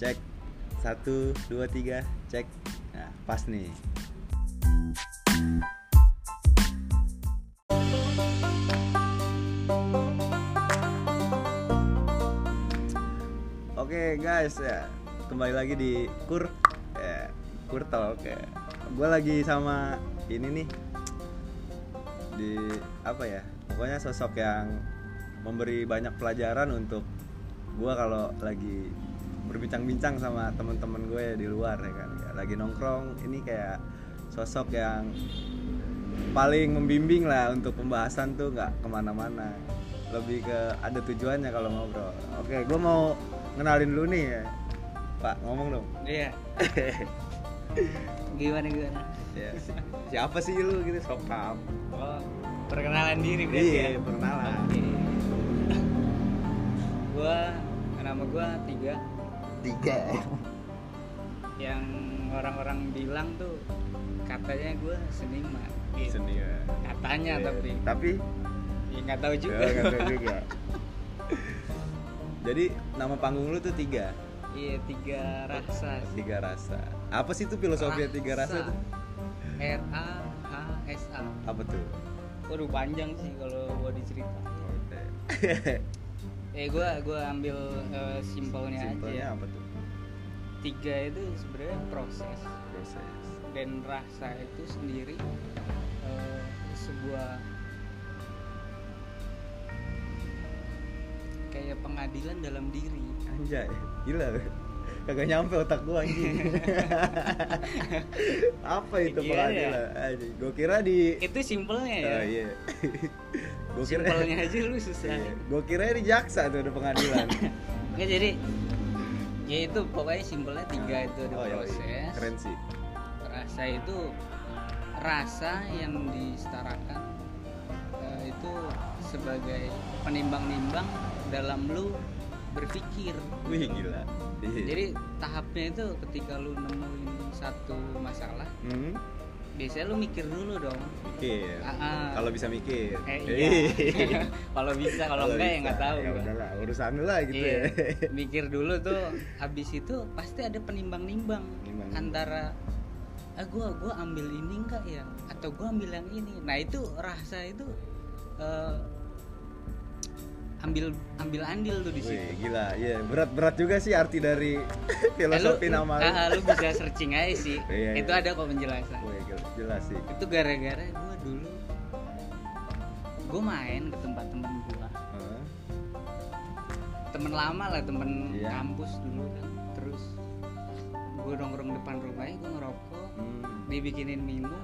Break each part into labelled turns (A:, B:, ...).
A: cek satu dua tiga cek nah pas nih Oke guys ya kembali lagi di kur eh, kur talk ya. Gue lagi sama ini nih di apa ya pokoknya sosok yang memberi banyak pelajaran untuk gue kalau lagi berbincang-bincang sama temen-temen gue di luar ya kan Ya, lagi nongkrong ini kayak sosok yang paling membimbing lah untuk pembahasan tuh nggak kemana-mana lebih ke ada tujuannya kalau ngobrol oke gue mau ngenalin dulu nih ya pak ngomong dong
B: Iya. gimana gimana?
A: ya, si- siapa sih lu gitu sokap
B: Oh, perkenalan diri berarti
A: iya
B: ya.
A: perkenalan
B: Oke. gua nama gua tiga
A: tiga
B: yang orang-orang bilang tuh katanya gua seniman. Gitu.
A: Iya. senior
B: Katanya
A: Iya.
B: tapi
A: tapi
B: ya nggak tahu juga.
A: Oh, nggak tahu juga. Jadi nama panggung lu tuh tiga,
B: Iya tiga rasa.
A: tiga rasa. Apa sih itu filosofi tiga rasa tuh?
B: R A H S A.
A: Apa tuh?
B: Waduh panjang sih kalau gua diceritain. Eh gua gua ambil eh, simpelnya aja
A: Simpelnya
B: ya.
A: apa tuh?
B: Tiga itu sebenarnya proses
A: Proses.
B: dan rasa itu sendiri eh, sebuah kayak pengadilan dalam diri.
A: Anjay, gila. lu. Kagak nyampe otak gua anjing. apa itu
B: Gila ya.
A: pengadilan? Anjing, Gua kira di
B: Itu simpelnya ya.
A: Oh, iya. Gua kira
B: Simpelnya aja lu susah.
A: Iya. Gua kira di jaksa tuh ada pengadilan.
B: Oke jadi ya itu pokoknya simpelnya tiga itu ada
A: Oh, iya, iya.
B: proses.
A: Keren sih.
B: rasa itu rasa yang disetarakan eh, itu sebagai penimbang-nimbang dalam lu berpikir
A: Wih, gila. Iya.
B: jadi tahapnya itu ketika lu nemuin satu masalah
A: Hmm?
B: biasanya lu mikir dulu dong
A: Mikir.
B: Ah, ah.
A: Kalau bisa mikir.
B: eh
A: Hei.
B: iya kalau bisa kalau enggak ya
A: bisa.
B: nggak tahu
A: Ya
B: gua.
A: udahlah, urusan lu lah gitu
B: Iya,
A: ya.
B: mikir dulu tuh habis itu pasti ada penimbang-nimbang
A: Penimbang.
B: antara eh gua gua ambil ini enggak ya atau gua ambil yang ini nah itu rasa itu eh, ambil ambil andil tuh di
A: Wih,
B: situ
A: gila. Iya, berat-berat juga sih arti dari
B: Eh, lu-
A: filosofi
B: lu-
A: nama lu.
B: ah, ah, lu bisa searching aja sih
A: Iya,
B: itu
A: iya.
B: ada kok penjelasan
A: Wih, gila, jelas sih.
B: itu gara-gara gua dulu gua main ke tempat temen gua
A: Heeh.
B: temen lama lah temen
A: Iya.
B: kampus dulu kan terus gue nongkrong depan rumahnya gue ngerokok
A: Hmm,
B: dibikinin minum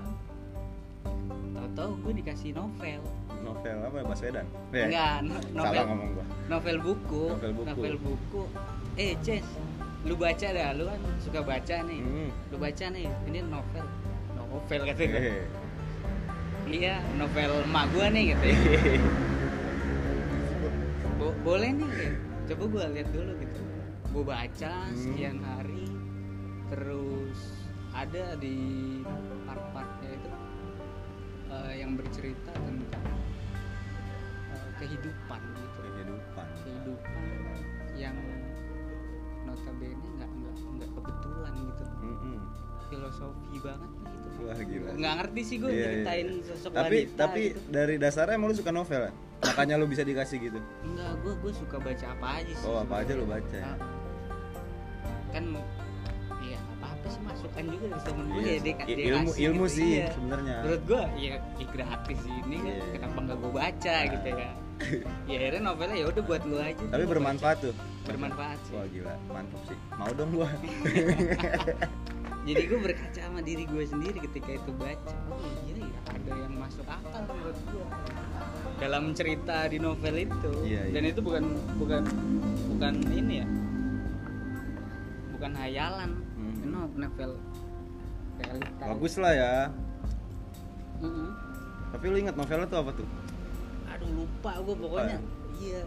B: tau-tau gue dikasih novel
A: novel apa ya, Baswedan? Eh,
B: enggak no-
A: Salah
B: novel
A: ngomong gua.
B: novel buku
A: Novel buku.
B: buku. eh Ces lu baca dah lu kan suka baca nih
A: Hmm.
B: lu baca nih ini novel novel kata gue
A: Eh,
B: iya novel emak gue nih gitu ya.
A: Iya.
B: Bo- boleh nih Ken. coba gue lihat dulu gitu gue baca
A: Hmm.
B: sekian hari terus ada di part-partnya itu eh, yang bercerita tentang eh, kehidupan gitu
A: Kehidupan.
B: kehidupan yang notabene nggak nggak nggak kebetulan gitu
A: Mm-mm.
B: filosofi banget gitu
A: Wah, gila.
B: nggak ngerti sih gue
A: Iya, iya.
B: ceritain sosok
A: Tapi
B: wanita
A: tapi
B: gitu.
A: dari dasarnya emang lu suka novel ya? Makanya lu bisa dikasih gitu.
B: Enggak, gue gue suka baca apa aja sih.
A: Oh, apa aja
B: sebenarnya.
A: lu baca ya?
B: Ah. Kan iya apa apa sih masukan juga dari temen gue
A: Iya
B: ya
A: sih.
B: dia,
A: I-
B: dia
A: ilmu
B: ngasih
A: ilmu
B: gitu,
A: sih
B: iya.
A: sebenarnya.
B: Menurut gue ya, ya gratis ini kan
A: Iya.
B: kenapa nggak gue baca
A: Ah.
B: gitu ya? ya akhirnya novelnya ya udah buat lu aja.
A: Tapi
B: lu
A: bermanfaat tuh.
B: baca. Bermanfaat sih.
A: Wah gila, mantap sih. Mau dong gua.
B: Jadi gue berkaca sama diri gue sendiri ketika itu baca. Oh iya ya ada yang masuk akal menurut gue dalam cerita di novel itu.
A: Iya, iya.
B: Dan itu bukan bukan bukan ini ya. Bukan hayalan.
A: Hmm.
B: Ini no- novel realita.
A: Bagus lah ya.
B: Mm-mm.
A: Tapi lu ingat novelnya tuh apa tuh?
B: Aduh lupa gue pokoknya. Iya.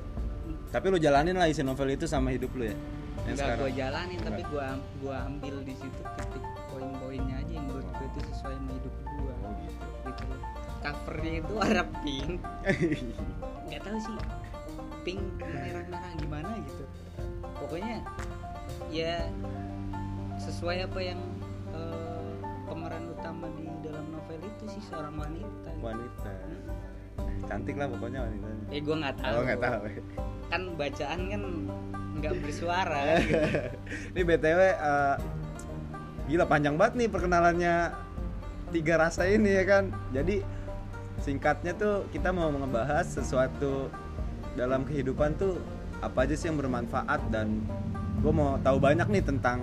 A: Tapi lu jalanin lah isi novel itu sama hidup lu ya. Yang
B: Enggak
A: sekarang.
B: gue jalanin tapi
A: Enggak.
B: gue gua ambil di situ titik poin-poinnya aja yang menurut gue itu sesuai sama hidup gue.
A: Oh gitu.
B: gitu covernya itu warna pink nggak tahu sih pink merah merah gimana gitu pokoknya ya sesuai apa yang eh, pemeran utama di dalam novel itu sih seorang wanita.
A: wanita Eh,
B: Hmm.
A: cantik lah pokoknya wanitanya
B: Eh gue nggak tahu.
A: oh nggak tahu
B: Kan bacaan kan nggak bersuara. gitu.
A: ini btw eh, gila panjang banget nih perkenalannya tiga rasa ini ya kan jadi singkatnya tuh kita mau ngebahas sesuatu dalam kehidupan tuh apa aja sih yang bermanfaat dan gue mau tahu banyak nih tentang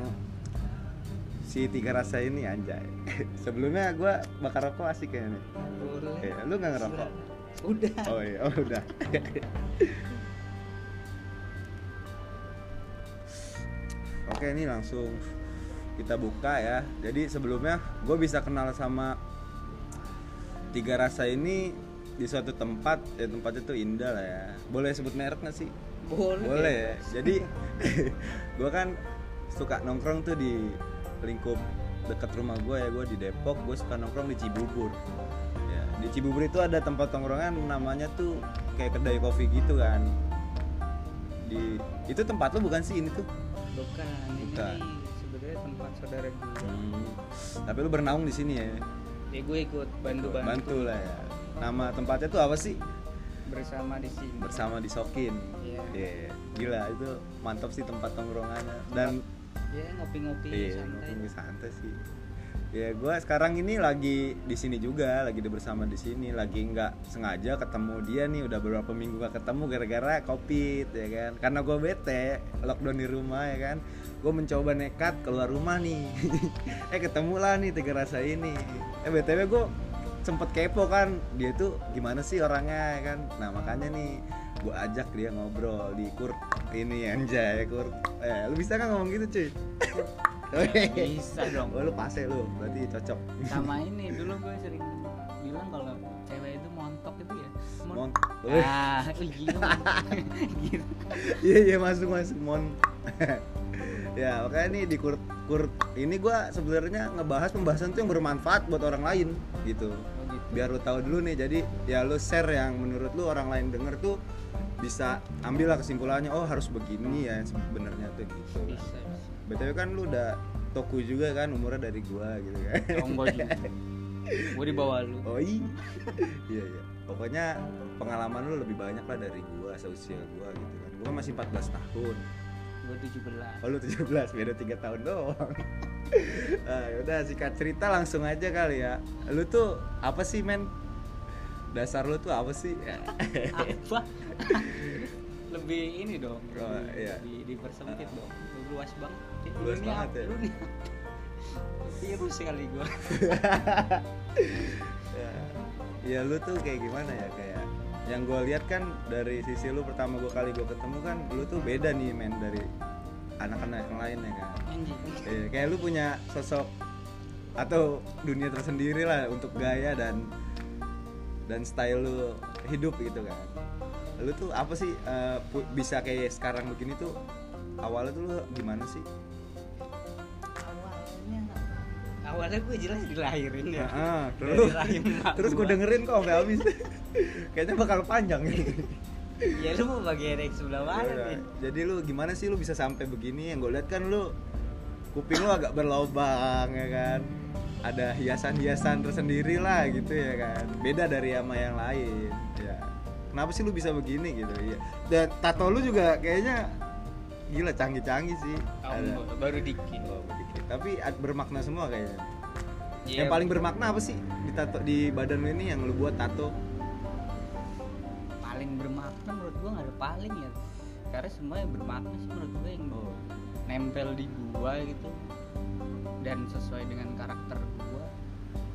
A: si tiga rasa ini anjay sebelumnya gue bakar rokok asik ya kayaknya nih
B: Boleh.
A: Eh, lu nggak ngerokok
B: Udah.
A: oh iya oh, udah oke ini langsung kita buka ya jadi sebelumnya gue bisa kenal sama tiga rasa ini di suatu tempat ya tempatnya tuh indah lah ya boleh sebut merek nggak sih
B: Boleh.
A: boleh ya jadi gue kan suka nongkrong tuh di lingkup dekat rumah gue ya gue di Depok gue suka nongkrong di Cibubur ya di Cibubur itu ada tempat tongkrongan namanya tuh kayak kedai kopi gitu kan di itu tempat lo bukan sih ini tuh
B: Bukan.
A: Bukan.
B: Ini sebenarnya tempat saudara gue.
A: Hmm. tapi lu bernaung di sini ya
B: Ya gue ikut bantu-bantu
A: bantu lah ya nama tempatnya tuh apa sih
B: bersama di sini.
A: bersama di Sokin
B: Iya.
A: Iya, gila itu mantap sih tempat tongkrongannya dan
B: Ya ngopi-ngopi
A: Iya,
B: santai.
A: ngopi santai sih. Ya gue sekarang ini lagi di sini juga, lagi di bersama di sini, lagi nggak sengaja ketemu dia nih, udah beberapa minggu gak ketemu gara-gara covid ya kan. Karena gue bete, lockdown di rumah ya kan. Gue mencoba nekat keluar rumah nih. eh ketemu lah nih tiga rasa ini. Eh btw gue sempet kepo kan, dia tuh gimana sih orangnya ya kan. Nah makanya nih gue ajak dia ngobrol di kur ini anjay kur eh lu bisa kan ngomong gitu cuy
B: Ya, bisa dong.
A: Oh, lu pase lu, berarti cocok.
B: sama ini dulu gue sering bilang kalau cewek itu montok itu ya
A: Mon.
B: ah ih, gila gitu
A: Iya iya masuk masuk mon. ya makanya nih di kurt kurt ini gua sebenarnya ngebahas pembahasan tuh yang bermanfaat buat orang lain gitu.
B: Oh, gitu.
A: Biar lu tahu dulu nih, jadi ya lu share yang menurut lu orang lain denger tuh bisa ambil lah kesimpulannya oh harus begini ya sebenarnya tuh gitu.
B: bisa bisa
A: BTW kan lu udah toku juga kan umurnya dari gua gitu kan.
B: Jonggo juga gue di bawah lu
A: Oh iya. iya iya. Pokoknya pengalaman lu lebih banyak lah dari gua seusia gua gitu kan. Gua masih 14 tahun.
B: gue 17
A: Oh lu 17, beda 3 tahun doang. ah, udah sikat cerita langsung aja kali ya. Lu tuh apa sih, men? Dasar lu tuh apa sih? Ya.
B: apa lebih ini dong lebih,
A: Oh, iya.
B: lebih dipersempit dong Lebih luas banget Lu
A: Luas
B: ini
A: banget
B: apa?
A: ya.
B: Lu ini apa? virus kali gue
A: ya, ya lu tuh kayak gimana ya kayak yang gue lihat kan dari sisi lu pertama gua kali gue ketemu kan lu tuh beda nih men dari anak-anak yang lain ya kan
B: anjing
A: Iya, kayak lu punya sosok atau dunia tersendiri lah untuk gaya dan dan style lu hidup gitu kan. Lu tuh apa sih eh, pu- bisa kayak sekarang begini tuh awalnya tuh lu gimana sih?
B: awalnya awalnya gue jelas dilahirin ya
A: Heeh,
B: Dari
A: Ah, terus
B: rahim mak
A: terus gue
B: gua.
A: dengerin kok sampai habis. Kayaknya bakal panjang
B: ya lu mau bagian yang sebelah mana
A: Yaudah,
B: nih
A: Iya. Jadi lu gimana sih lu bisa sampai begini? Yang gue lihat kan lu kuping lu agak berlobang ya kan. Ada hiasan-hiasan tersendiri lah gitu ya kan. Beda dari sama yang lain. Ya. Kenapa sih lu bisa begini gitu? Iya. Dan tato lu juga kayaknya gila canggih-canggih sih.
B: Tahun
A: Ada.
B: gua, baru dikit
A: Oh, dikit. Tapi ad- bermakna semua kayaknya.
B: Ya,
A: Yang paling bermakna apa sih di tato di badan lu ini yang lu buat tato?
B: paling bermakna menurut gua nggak ada paling ya karena semuanya bermakna sih menurut gua yang
A: Oh.
B: nempel di gua gitu dan sesuai dengan karakter gua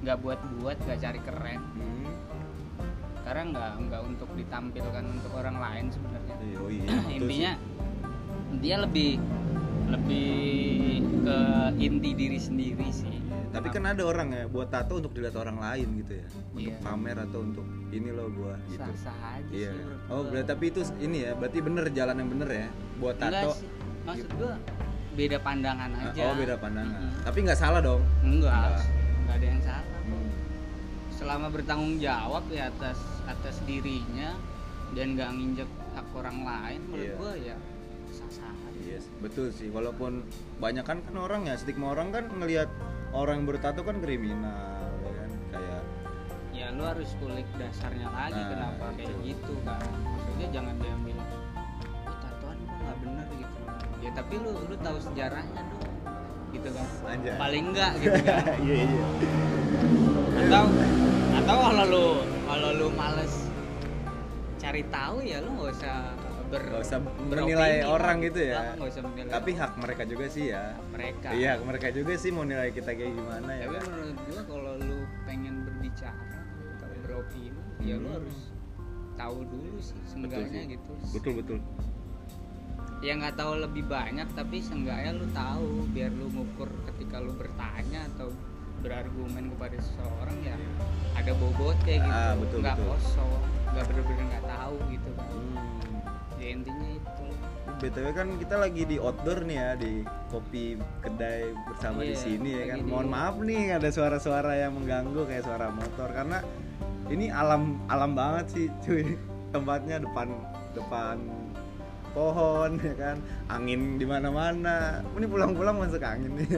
B: nggak buat-buat nggak cari keren
A: Hmm.
B: karena nggak nggak untuk ditampilkan untuk orang lain sebenarnya
A: Iya, oh iya, betul sih.
B: intinya dia lebih lebih ke inti diri sendiri sih
A: Tapi kan ada orang ya buat tato untuk dilihat orang lain gitu ya. Untuk
B: Iya.
A: pamer atau untuk ini loh gua gitu.
B: sah sah aja
A: Iya.
B: sih menurut
A: Oh,
B: gua.
A: berarti tapi itu ini ya, berarti bener jalan yang bener ya buat
B: Enggak
A: tato.
B: sih. Maksud gua beda pandangan aja.
A: Oh, beda pandangan.
B: Mm-mm.
A: Tapi nggak salah dong.
B: Enggak.
A: Enggak. Hmm.
B: Enggak ada yang salah. Selama bertanggung jawab ya atas atas dirinya dan nggak nginjek hak orang lain menurut
A: Iya.
B: gua ya sah-sah aja.
A: Iya, sih, betul sih. Walaupun banyak kan kan orang ya stigma orang kan ngelihat orang yang bertato kan kriminal ya kan kayak
B: ya lu harus kulik dasarnya lagi
A: Nah,
B: kenapa kayak
A: itu.
B: gitu kan maksudnya jangan diambil oh tatoan kok nggak bener gitu ya tapi lu lu tahu sejarahnya dong gitu kan
A: Anjay.
B: paling enggak gitu kan
A: iya iya.
B: atau atau kalau lu kalau lu males cari tahu ya lu nggak usah ber
A: Gak usah
B: beropini
A: menilai
B: lah
A: orang gitu ya.
B: Kenapa nggak usah menilai
A: Tapi hak mereka juga sih ya.
B: mereka
A: Iya, mereka juga sih mau nilai kita kayak gimana ya.
B: tapi
A: kan?
B: menurut gua kalau lu pengen berbicara kalau beropini ya
A: Iya.
B: lu
A: Hmm.
B: harus tahu dulu sih
A: sih.
B: seenggaknya gitu
A: Betul betul.
B: ya nggak tahu lebih banyak tapi seenggaknya lu tahu biar lu ngukur ketika lu bertanya atau berargumen kepada seseorang ya ada bobotnya gitu
A: Ah, betul,
B: nggak
A: betul.
B: kosong nggak bener-bener nggak tahu gitu kan
A: Hmm.
B: ya intinya itu
A: BTW kan kita lagi di outdoor nih ya di kopi kedai bersama di
B: Iya,
A: sini ya
B: lagi
A: kan.
B: di-
A: Mohon maaf nih ada suara-suara yang mengganggu kayak suara motor karena ini alam alam banget sih cuy. Tempatnya depan depan pohon ya kan. Angin di mana-mana. Ini pulang-pulang masuk angin nih.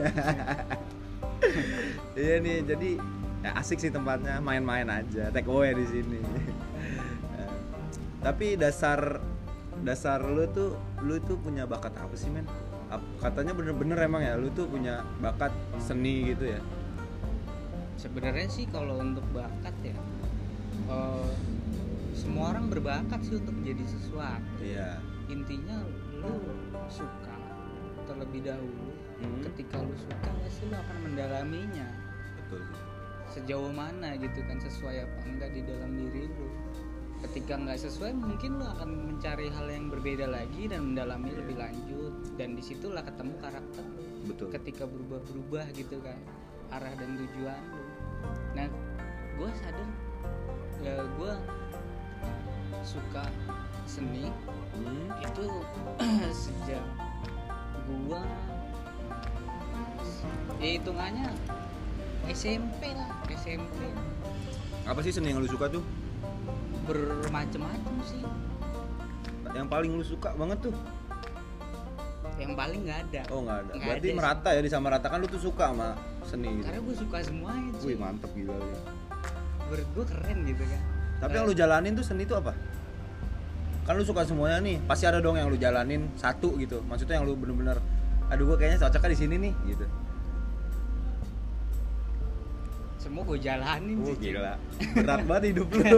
A: iya nih jadi ya asik sih tempatnya main-main aja take away di sini Eh, tapi dasar dasar lu tuh lu tuh punya bakat apa sih men Ap- katanya bener-bener emang ya lu tuh punya bakat seni gitu ya
B: sebenarnya sih kalau untuk bakat ya eh, semua orang berbakat sih untuk menjadi sesuatu
A: iya
B: intinya lu suka terlebih dahulu
A: Mhm.
B: ketika lu suka pasti lu akan mendalaminya
A: betul sih
B: sejauh mana gitu kan sesuai apa enggak di dalam diri lu ketika nggak sesuai mungkin lu akan mencari hal yang berbeda lagi dan mendalami
A: Iya.
B: lebih lanjut dan disitulah ketemu karakter lu
A: betul
B: ketika berubah-berubah gitu kan arah dan tujuan lu nah gue sadar ya gue suka seni
A: Hmm,
B: itu sejak gua ya hitungannya SMP lah SMP
A: apa sih seni yang lu suka tuh
B: bermacam-macam sih
A: yang paling lu suka banget tuh
B: yang paling nggak ada
A: oh nggak ada
B: Nggak
A: berarti
B: ada sih.
A: merata ya disamaratakan lu tuh suka sama seni gitu
B: karena gue suka semuanya cuy
A: wih mantep gila lu ya.
B: menurut gue keren gitu kan
A: Tapi yang lu jalanin tuh seni tuh apa? Kan lu suka semuanya nih, pasti ada dong yang lu jalanin satu gitu. Maksudnya yang lu bener-bener, aduh gua kayaknya cocoknya di sini nih gitu.
B: semua gue jalanin
A: Oh,
B: sih cuy.
A: Berat banget hidup lu.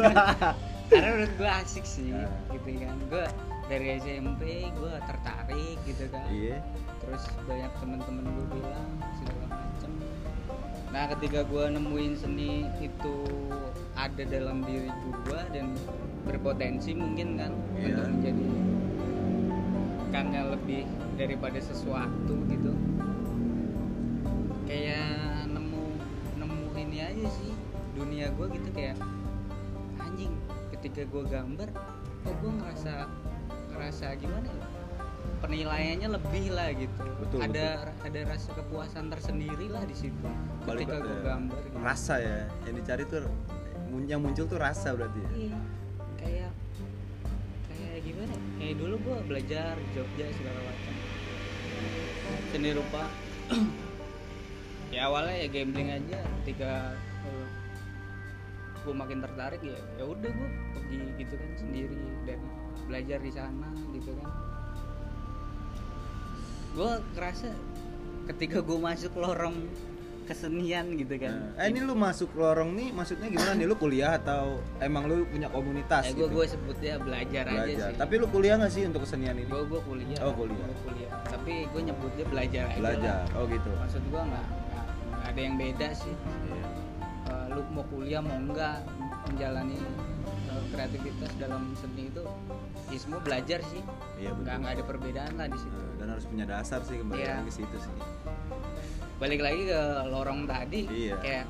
B: karena menurut gue asik sih
A: Nah.
B: gitu kan gue dari SMP gue tertarik gitu kan
A: iya.
B: terus banyak temen-temen gue bilang segala macem nah ketika gue nemuin seni itu ada dalam diri gue dan berpotensi mungkin kan
A: Iya.
B: untuk menjadi karena lebih daripada sesuatu gitu kayak nemu nemu ini aja sih dunia gue gitu kayak anjing ketika gue gambar kok gue ngerasa ngerasa gimana ya penilaiannya lebih lah gitu
A: Betul,
B: ada ada rasa kepuasan tersendiri lah di situ
A: Balik
B: ketika
A: ke- eh,
B: gue gambar gitu.
A: Rasa ya, yang dicari tuh mun- yang muncul tuh rasa berarti ya.
B: Iya, kayak kayak gimana ya? kayak dulu gue belajar di Jogja segala macam seni rupa ya awalnya ya gambling aja ketika gue makin tertarik ya ya udah gue pergi gitu kan sendiri dan belajar di sana gitu kan gue kerasa ketika gue masuk lorong kesenian gitu kan
A: Nah, eh ini lu masuk lorong nih, maksudnya gimana nih? Lu kuliah atau emang lu punya komunitas
B: eh, gue
A: gitu?
B: gue sebutnya belajar, aja
A: Belajar.
B: sih
A: Tapi lu kuliah nggak sih untuk kesenian ini?
B: gue gue kuliah
A: Oh, kuliah.
B: Gua kuliah tapi gue nyebutnya belajar aja
A: Belajar.
B: lah.
A: Oh gitu.
B: maksud gue nggak nggak- nggak ada yang beda sih
A: Iya.
B: Eh, lu mau kuliah mau enggak menjalani eh, kreativitas dalam seni itu ya semua belajar sih
A: Iya betul.
B: nggak nggak ada perbedaan lah di situ
A: Eh, dan harus punya dasar sih kembali
B: Iya.
A: lagi ke situ sih
B: balik lagi ke lorong tadi
A: Iya.
B: kayak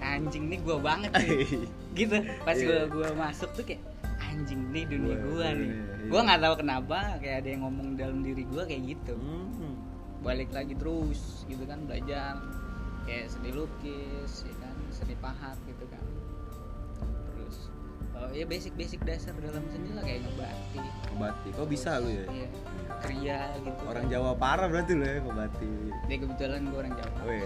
B: anjing nih gue banget nih gitu pas
A: Iya.
B: gue gua masuk tuh kayak anjing nih dunia
A: Gua-
B: gue nih
A: dunia, iya.
B: gue nggak tahu kenapa kayak ada yang ngomong dalam diri gue kayak gitu
A: Hmm.
B: balik lagi terus gitu kan belajar kayak seni lukis ya kan seni pahat gitu kan terus eh, ya basic-basic dasar dalam seni lah kayak ngebati
A: Kobati. Kok bisa lu ya?
B: iya kriya gitu
A: Orang Jawa parah berarti lu ya Kobati.
B: Jadi kebetulan gue orang Jawa
A: Weh.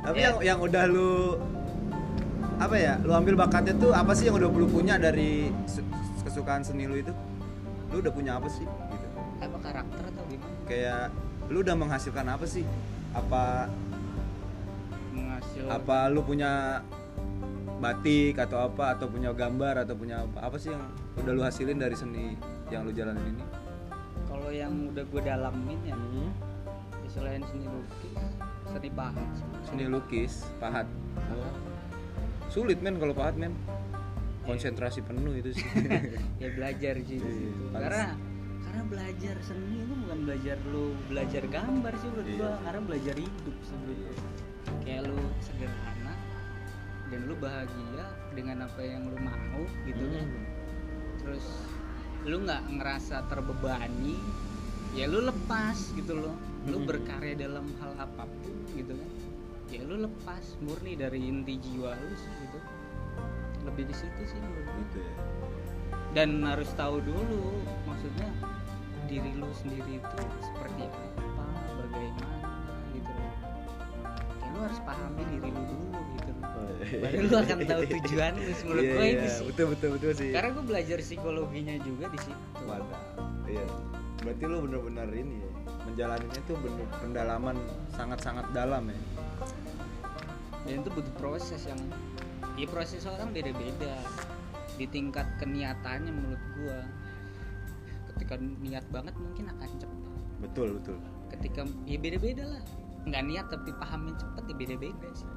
A: Tapi yang yang udah lu apa ya? Lu ambil bakatnya tuh apa sih yang udah lu punya dari se- kesukaan seni lu itu? Lu udah punya apa sih gitu?
B: apa karakter atau gimana
A: Kayak lu udah menghasilkan apa sih? Apa
B: menghasilkan
A: apa lu punya batik atau apa atau punya gambar atau punya apa apa sih yang udah lu hasilin dari seni yang lu jalanin ini
B: kalau yang udah gue dalamin ya ya selain seni lukis seni pahat sih.
A: seni lukis pahat sulit men kalau pahat men konsentrasi penuh itu sih
B: ya belajar sih di
A: Iya,
B: situ.
A: pahat.
B: karena karena belajar seni itu bukan belajar lu belajar gambar sih menurut
A: Iya.
B: gua karena belajar hidup sih menurut gua. kayak lu sederhana dan lu bahagia dengan apa yang lu mau gitu
A: Iya,
B: kan terus lu nggak ngerasa terbebani ya lu lepas gitu loh lu
A: Mm-mm.
B: berkarya dalam hal apapun gitu kan ya lu lepas murni dari inti jiwa lu sih gitu lebih di situ sih menurut gua.
A: gitu ya
B: dan harus tahu dulu maksudnya diri lu sendiri itu seperti apa bagaimana gitu loh ya lu harus pahami diri lu dulu gitu loh baru lu akan tahu tujuan lu menurut
A: Iya,
B: gua
A: iya,
B: itu sih
A: betul betul betul sih
B: karena gue belajar psikologinya juga di situ
A: Wadah. Iya. Berarti lu bener-bener ini ya, menjalaninya tuh bener pendalaman sangat-sangat dalam ya.
B: dan itu butuh proses yang ya proses orang beda-beda di tingkat keniatannya menurut gua ketika niat banget mungkin akan cepat
A: Betul, betul.
B: ketika ya beda-beda lah nggak niat tapi pahamin cepet ya beda-beda sih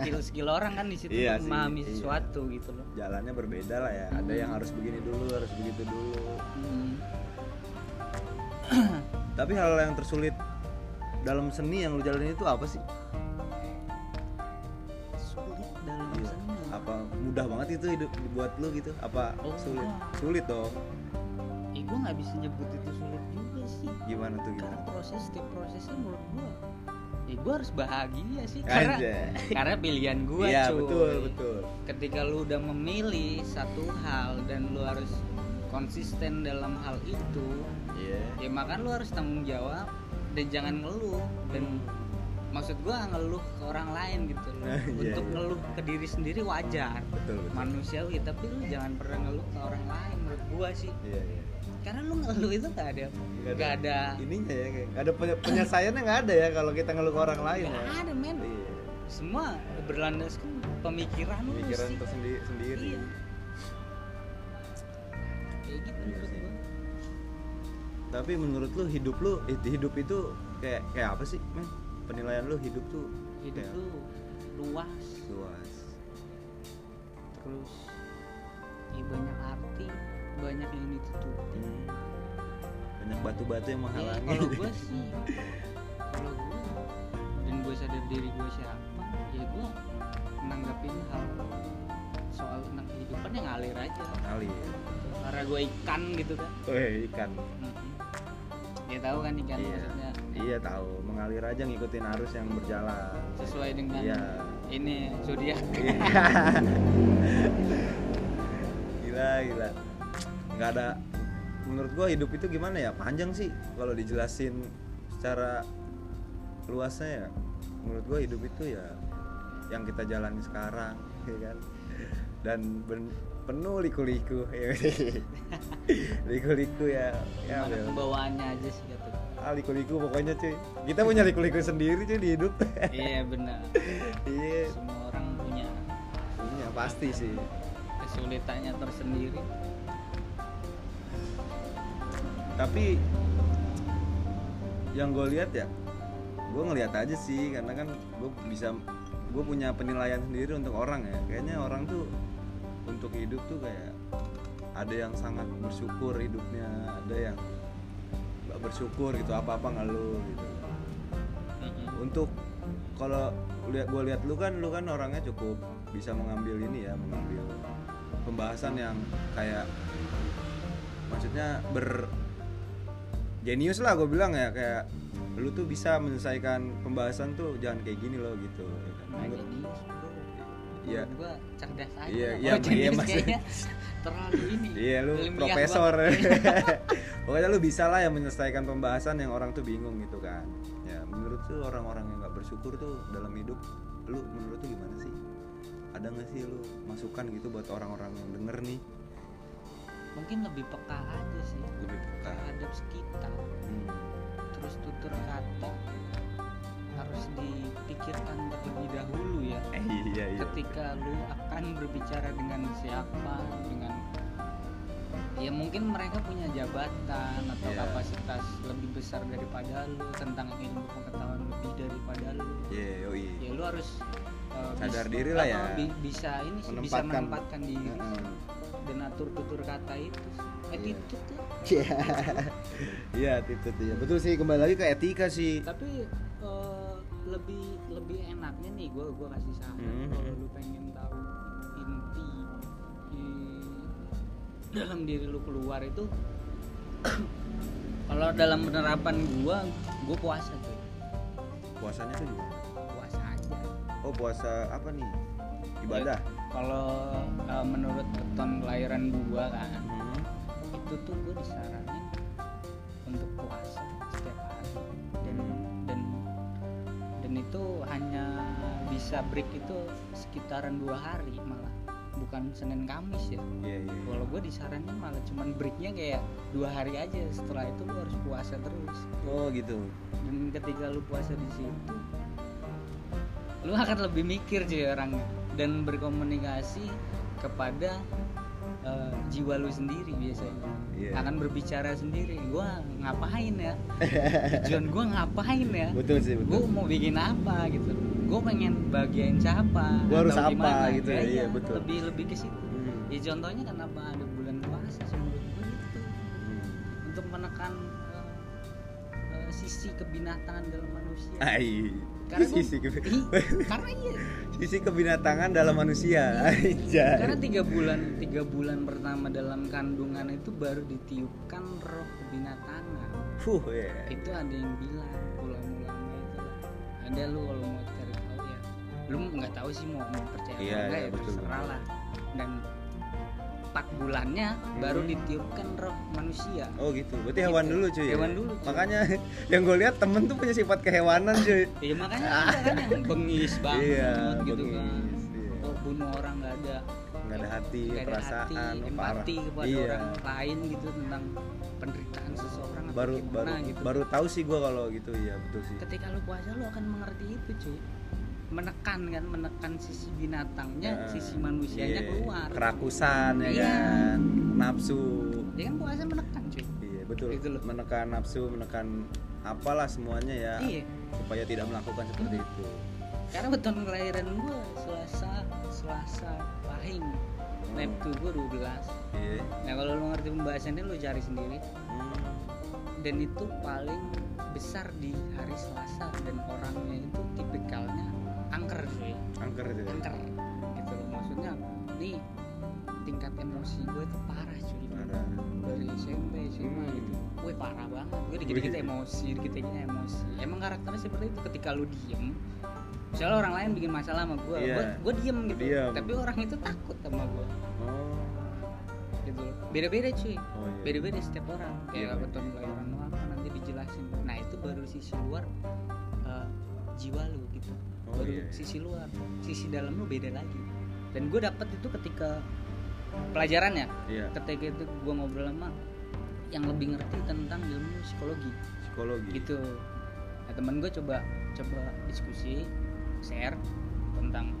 B: skill-skill orang kan di situ
A: Iya
B: untuk
A: sih,
B: memahami
A: iya.
B: sesuatu gitu loh
A: Jalannya berbeda lah ya. Ada yang harus begini dulu, harus begitu dulu.
B: Hmm.
A: Tapi hal yang tersulit dalam seni yang lu jalanin itu apa sih?
B: sulit dalam
A: Iya.
B: seni
A: Apa mudah banget itu hidup buat lu gitu? Apa
B: Oh,
A: sulit?
B: enggak.
A: Sulit dong.
B: ya gue nggak bisa nyebut itu sulit juga sih
A: Gimana tuh
B: karena
A: gimana?
B: proses setiap prosesnya menurut gua ya gua harus bahagia sih karena
A: Anjay.
B: karena pilihan gua
A: Iya,
B: cuy.
A: betul, betul.
B: ketika lu udah memilih satu hal dan lu harus konsisten dalam hal itu
A: Iya.
B: ya maka lu harus tanggung jawab dan jangan ngeluh dan maksud gua ngeluh ke orang lain gitu loh.
A: Iya,
B: untuk
A: iya.
B: ngeluh ke diri sendiri wajar
A: Betul, betul.
B: manusiawi tapi lu jangan pernah ngeluh ke orang lain menurut gua sih
A: Iya, iya.
B: karena lu ngeluh itu gak ada
A: Nggak ada.
B: gak ada
A: ininya ya kayak nggak ada penye- penyelesaiannya nggak ada ya kalau kita ngeluh ke orang lain
B: gak
A: ya
B: ada men
A: iya
B: semua berlandaskan pemikiran lu
A: pemikiran
B: sih
A: tersendiri sendiri
B: Iya. kayak gitu
A: Iya
B: menurut
A: sih.
B: gua.
A: tapi menurut lu hidup lu it- hidup itu kayak kayak apa sih men penilaian lu hidup tuh
B: hidup
A: Iya.
B: lu luas
A: luas
B: terus ya banyak arti banyak yang ditutupi
A: Hmm. banyak batu-batu yang
B: Ya,
A: menghalangi
B: kalau gue sih kalau gue dan gue sadar diri gue siapa ya gue menanggapin hal soal tentang kehidupan yang ngalir aja
A: kali
B: karena gue ikan gitu kan
A: eh ikan
B: Mhm. dia tahu kan ikan
A: Iya.
B: maksudnya
A: iya tahu mengalir aja ngikutin arus yang berjalan
B: sesuai dengan
A: iya
B: ini zodiak
A: gila gila nggak ada menurut gua hidup itu gimana ya panjang sih kalau dijelasin secara luasnya ya menurut gua hidup itu ya yang kita jalani sekarang ya kan dan ben- penuh liku-liku ya liku-liku ya ya
B: gimana
A: Bel.
B: pembawaannya aja sih gitu
A: ah liku-liku pokoknya cuy kita punya liku-liku sendiri cuy di hidup
B: iya benar
A: iya
B: semua orang punya
A: punya pasti sih
B: kesulitannya tersendiri
A: tapi yang gue lihat ya gue ngelihat aja sih karena kan gue bisa gue punya penilaian sendiri untuk orang ya kayaknya orang tuh untuk hidup tuh kayak ada yang sangat bersyukur hidupnya ada yang nggak bersyukur gitu apa apa ngeluh gitu untuk kalau lihat gue lihat lu kan lu kan orangnya cukup bisa mengambil ini ya mengambil pembahasan yang kayak maksudnya ber jenius lah gue bilang ya kayak lu tuh bisa menyelesaikan pembahasan tuh jangan kayak gini loh gitu ya kan.
B: Nah,
A: Menurut-
B: jadi, bro.
A: Iya.
B: gue cerdas aja
A: Iya,
B: Kalau
A: iya,
B: cerdas
A: iya, Mas.
B: kayaknya terlalu ini
A: Iya lu
B: ilmiah
A: profesor.
B: banget.
A: Pokoknya lu bisa lah yang menyelesaikan pembahasan yang orang tuh bingung gitu kan. Ya menurut tuh orang-orang yang nggak bersyukur tuh dalam hidup, lu menurut tuh gimana sih? Ada nggak sih lu masukan gitu buat orang-orang yang denger nih
B: mungkin lebih peka aja sih
A: lebih peka.
B: terhadap sekitar
A: Hmm.
B: terus tutur kata harus dipikirkan terlebih dahulu ya
A: Eh, iya iya.
B: ketika lu akan berbicara dengan siapa dengan ya mungkin mereka punya jabatan atau
A: Iya.
B: kapasitas lebih besar daripada lu tentang ilmu pengetahuan lebih daripada lu
A: Iya, yoi.
B: ya lu harus eh,
A: Sadar
B: bis-
A: diri lah ya.
B: apa, bi- bisa ini sih bisa
A: Menempatkan.
B: menempatkan diri
A: Heeh.
B: dan atur tutur kata itu sih. attitude tuh
A: Iya. Iya, itu tuh. ya. Betul sih kembali lagi ke etika sih.
B: tapi eh, lebih lebih enaknya nih gue gua kasih saran
A: Mhm.
B: kalau lu pengen tahu inti di- dalam diri lu keluar itu kalau dalam penerapan gue gue puasa cuy
A: Puasanya tuh gimana?
B: puasa aja
A: Oh, puasa apa nih? Ibadah.
B: kalau eh, menurut keton kelahiran gue kan
A: Hmm.
B: itu tuh gue disaranin untuk puasa setiap hari dan dan dan itu hanya bisa break itu sekitaran dua hari malah bukan Senin Kamis ya
A: Iya, iya. iya.
B: kalau gue disaranin malah cuman breaknya kayak dua hari aja setelah itu lu harus puasa terus
A: Oh, gitu.
B: dan ketika lu puasa di situ lu akan lebih mikir sih orang dan berkomunikasi kepada eh, jiwa lu sendiri biasanya
A: Iya.
B: akan berbicara sendiri gua ngapain ya tujuan gua ngapain ya
A: Betul sih,
B: gua
A: betul.
B: mau bikin apa gitu gua pengen bagian siapa
A: Gua harus apa
B: atau gimana.
A: gitu ya,
B: ya,
A: iya, betul.
B: lebih lebih ke situ
A: Hmm.
B: ya contohnya kenapa ada bulan puasa sih menurut gua gitu untuk menekan eh, eh, sisi kebinatangan dalam manusia
A: Ai.
B: karena gua-
A: Sisi, ke-
B: Ih, karena iya
A: sisi kebinatangan dalam manusia.
B: karena
A: Aja.
B: tiga bulan tiga bulan pertama dalam kandungan itu baru ditiupkan roh kebinatangan
A: Fuh, ya.
B: itu ada yang bilang ulama-ulama itu ada lu kalau mau cari tahu ya lu nggak tahu sih mau, mau
A: Iya,
B: percaya apa enggak
A: iya,
B: ya
A: betul,
B: terserah
A: betul.
B: lah dan empat bulannya baru
A: Hmm.
B: ditiupkan roh manusia
A: Oh gitu. Berarti
B: Gitu.
A: hewan dulu cuy.
B: Hewan dulu, cuy.
A: Makanya yang gue lihat temen tuh punya sifat kehewanan cuy.
B: ya makanya ada kan yang bengis banget
A: Iya,
B: gitu
A: bengis,
B: kan
A: iya.
B: Atau bunuh orang nggak ada
A: Nggak ada hati,
B: nggak ada
A: Iya, perasaan,
B: hati,
A: parah.
B: empati kepada
A: Iya.
B: orang lain gitu tentang penderitaan seseorang atau
A: Baru
B: gimana
A: baru
B: gitu
A: baru tahu sih gue kalau gitu iya betul sih.
B: ketika lu puasa lu akan mengerti itu cuy menekan kan menekan sisi binatangnya
A: Nah,
B: sisi manusianya
A: iya.
B: keluar
A: Kerakusan ya
B: Iya.
A: kan. Nafsu.
B: dia kan puasa menekan cuy
A: Iya betul.
B: Gitu loh.
A: Menekan nafsu, menekan apalah semuanya ya
B: iya
A: supaya tidak melakukan seperti
B: Hmm.
A: itu.
B: karena beton kelahiran gua selasa selasa pahing
A: Hmm.
B: neptu gua 12
A: Iya.
B: nah kalau lu ngerti pembahasannya lu cari sendiri
A: Hmm.
B: dan itu paling besar di hari selasa dan orangnya itu tipikalnya angker cuy
A: Angker itu. ya?
B: angker gitu loh maksudnya nih tingkat emosi gue tuh parah cuy
A: Ada.
B: dari SMP SMA
A: Hmm.
B: gitu gue parah banget gue dikit-dikit
A: Wih.
B: emosi dikit-dikit emosi emang karakternya seperti itu ketika lu diem misalnya orang lain bikin masalah sama gue
A: Iya.
B: gue gue diem gitu
A: Diam.
B: tapi orang itu takut sama gue
A: Oh.
B: gitu loh. beda-beda
A: Oh
B: cuy
A: iya.
B: beda-beda setiap orang
A: Iya.
B: kayak beton kelahiran lu apa nanti dijelasin nah itu baru sisi luar eh, jiwa lu gitu
A: Oh,
B: baru
A: iya, iya.
B: sisi luar sisi dalam lu beda lagi dan gue dapet itu ketika pelajaran ya
A: Iya.
B: ketika itu gue ngobrol sama yang lebih ngerti tentang ilmu psikologi
A: Iya. Psikologi.
B: gitu nah temen gue coba coba diskusi share tentang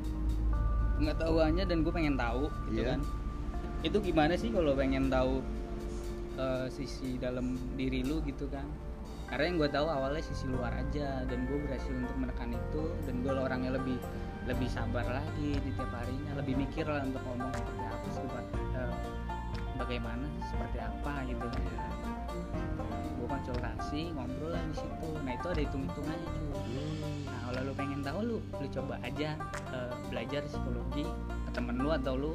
B: pengetahuannya dan gue pengen tahu gitu
A: Iya.
B: kan itu gimana sih kalau pengen tahu eh, sisi dalam diri lu gitu kan karena yang gue tahu awalnya sisi luar aja dan gue berhasil untuk menekan itu dan gue orangnya lebih lebih sabar lagi di tiap harinya lebih mikir lah untuk ngomong seperti apa sebagai bagaimana seperti apa gitu
A: Iya.
B: gue konsultasi ngobrol lah di situ nah itu ada hitung hitungannya cuy
A: Hmm.
B: nah kalau lu pengen tahu lu lu coba aja eh, belajar psikologi ke temen lu atau lu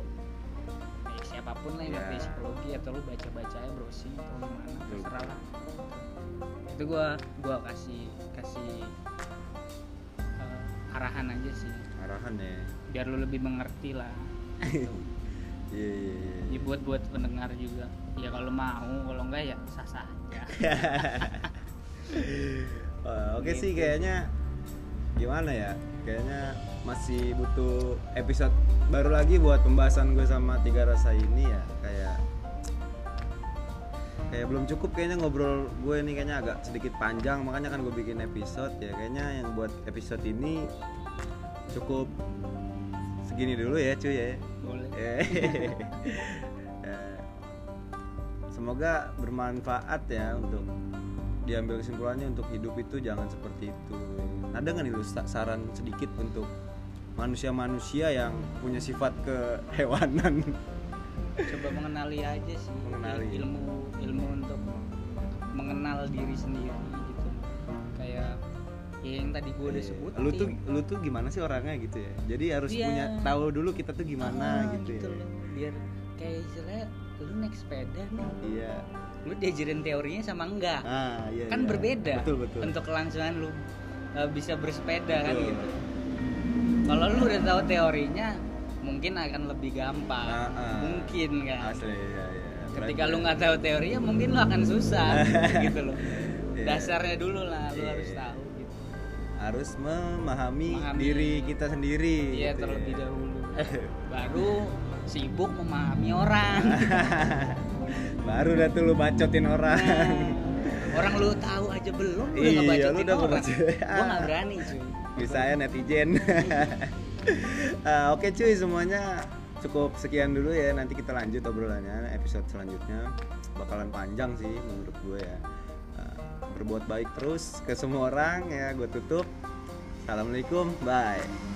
B: eh, siapapun lah yang
A: Ya.
B: ngerti psikologi atau lu baca baca ya browsing atau gimana
A: Betul.
B: terserah lah itu gua gua kasih kasih eh, arahan aja sih
A: arahan ya
B: biar lu lebih mengerti lah
A: iya iya iya
B: ya buat buat pendengar juga ya kalau mau kalau enggak ya sah sah aja
A: Wah, Eh, oke sih
B: Gitu.
A: kayaknya gimana ya kayaknya masih butuh episode baru lagi buat pembahasan gue sama tiga rasa ini ya kayak kayak belum cukup kayaknya ngobrol gue ini kayaknya agak sedikit panjang makanya kan gue bikin episode ya kayaknya yang buat episode ini cukup segini dulu ya cuy ya
B: boleh
A: Eh, Semoga bermanfaat ya untuk diambil kesimpulannya untuk hidup itu jangan seperti itu. Ada nggak nih lu sa- saran sedikit untuk manusia-manusia yang punya sifat kehewanan?
B: coba mengenali aja sih
A: Mengenali.
B: Il- ilmu ilmu untuk mengenal diri sendiri gitu kayak ya yang tadi gue udah
A: Iya.
B: sebut
A: Lu tuh lu tuh gimana sih orangnya gitu ya? Jadi harus
B: Iya. Ah,
A: punya tahu dulu kita tuh gimana gitu, ya.
B: loh. biar kayak istilahnya lu naik sepeda nih
A: Iya.
B: lu diajarin teorinya sama enggak
A: Ah, iya.
B: kan
A: iya.
B: berbeda
A: Betul betul.
B: untuk kelangsungan lu uh, bisa bersepeda kan
A: Betul.
B: gitu kalau lu udah tahu teorinya mungkin akan lebih gampang
A: Ah, ah.
B: mungkin kan
A: Asli ya ya.
B: ketika lu nggak tahu teorinya mungkin lu akan susah gitu loh
A: Iya.
B: dasarnya dulu lah lu
A: Iya.
B: harus tahu gitu
A: harus memahami
B: Memahami.
A: diri kita sendiri
B: iya
A: gitu
B: terlebih
A: ya.
B: dahulu baru sibuk memahami orang
A: baru dah tuh lu bacotin orang
B: Nah, orang lu tahu aja belum lu
A: Iya,
B: udah ngebacotin
A: lu udah
B: orang
A: ngebacotin.
B: gua nggak berani cuy
A: misalnya ya netizen Ah, oke cuy semuanya cukup sekian dulu ya nanti kita lanjut obrolannya episode selanjutnya bakalan panjang sih menurut gue ya Ah, berbuat baik terus ke semua orang ya gue tutup assalamualaikum bye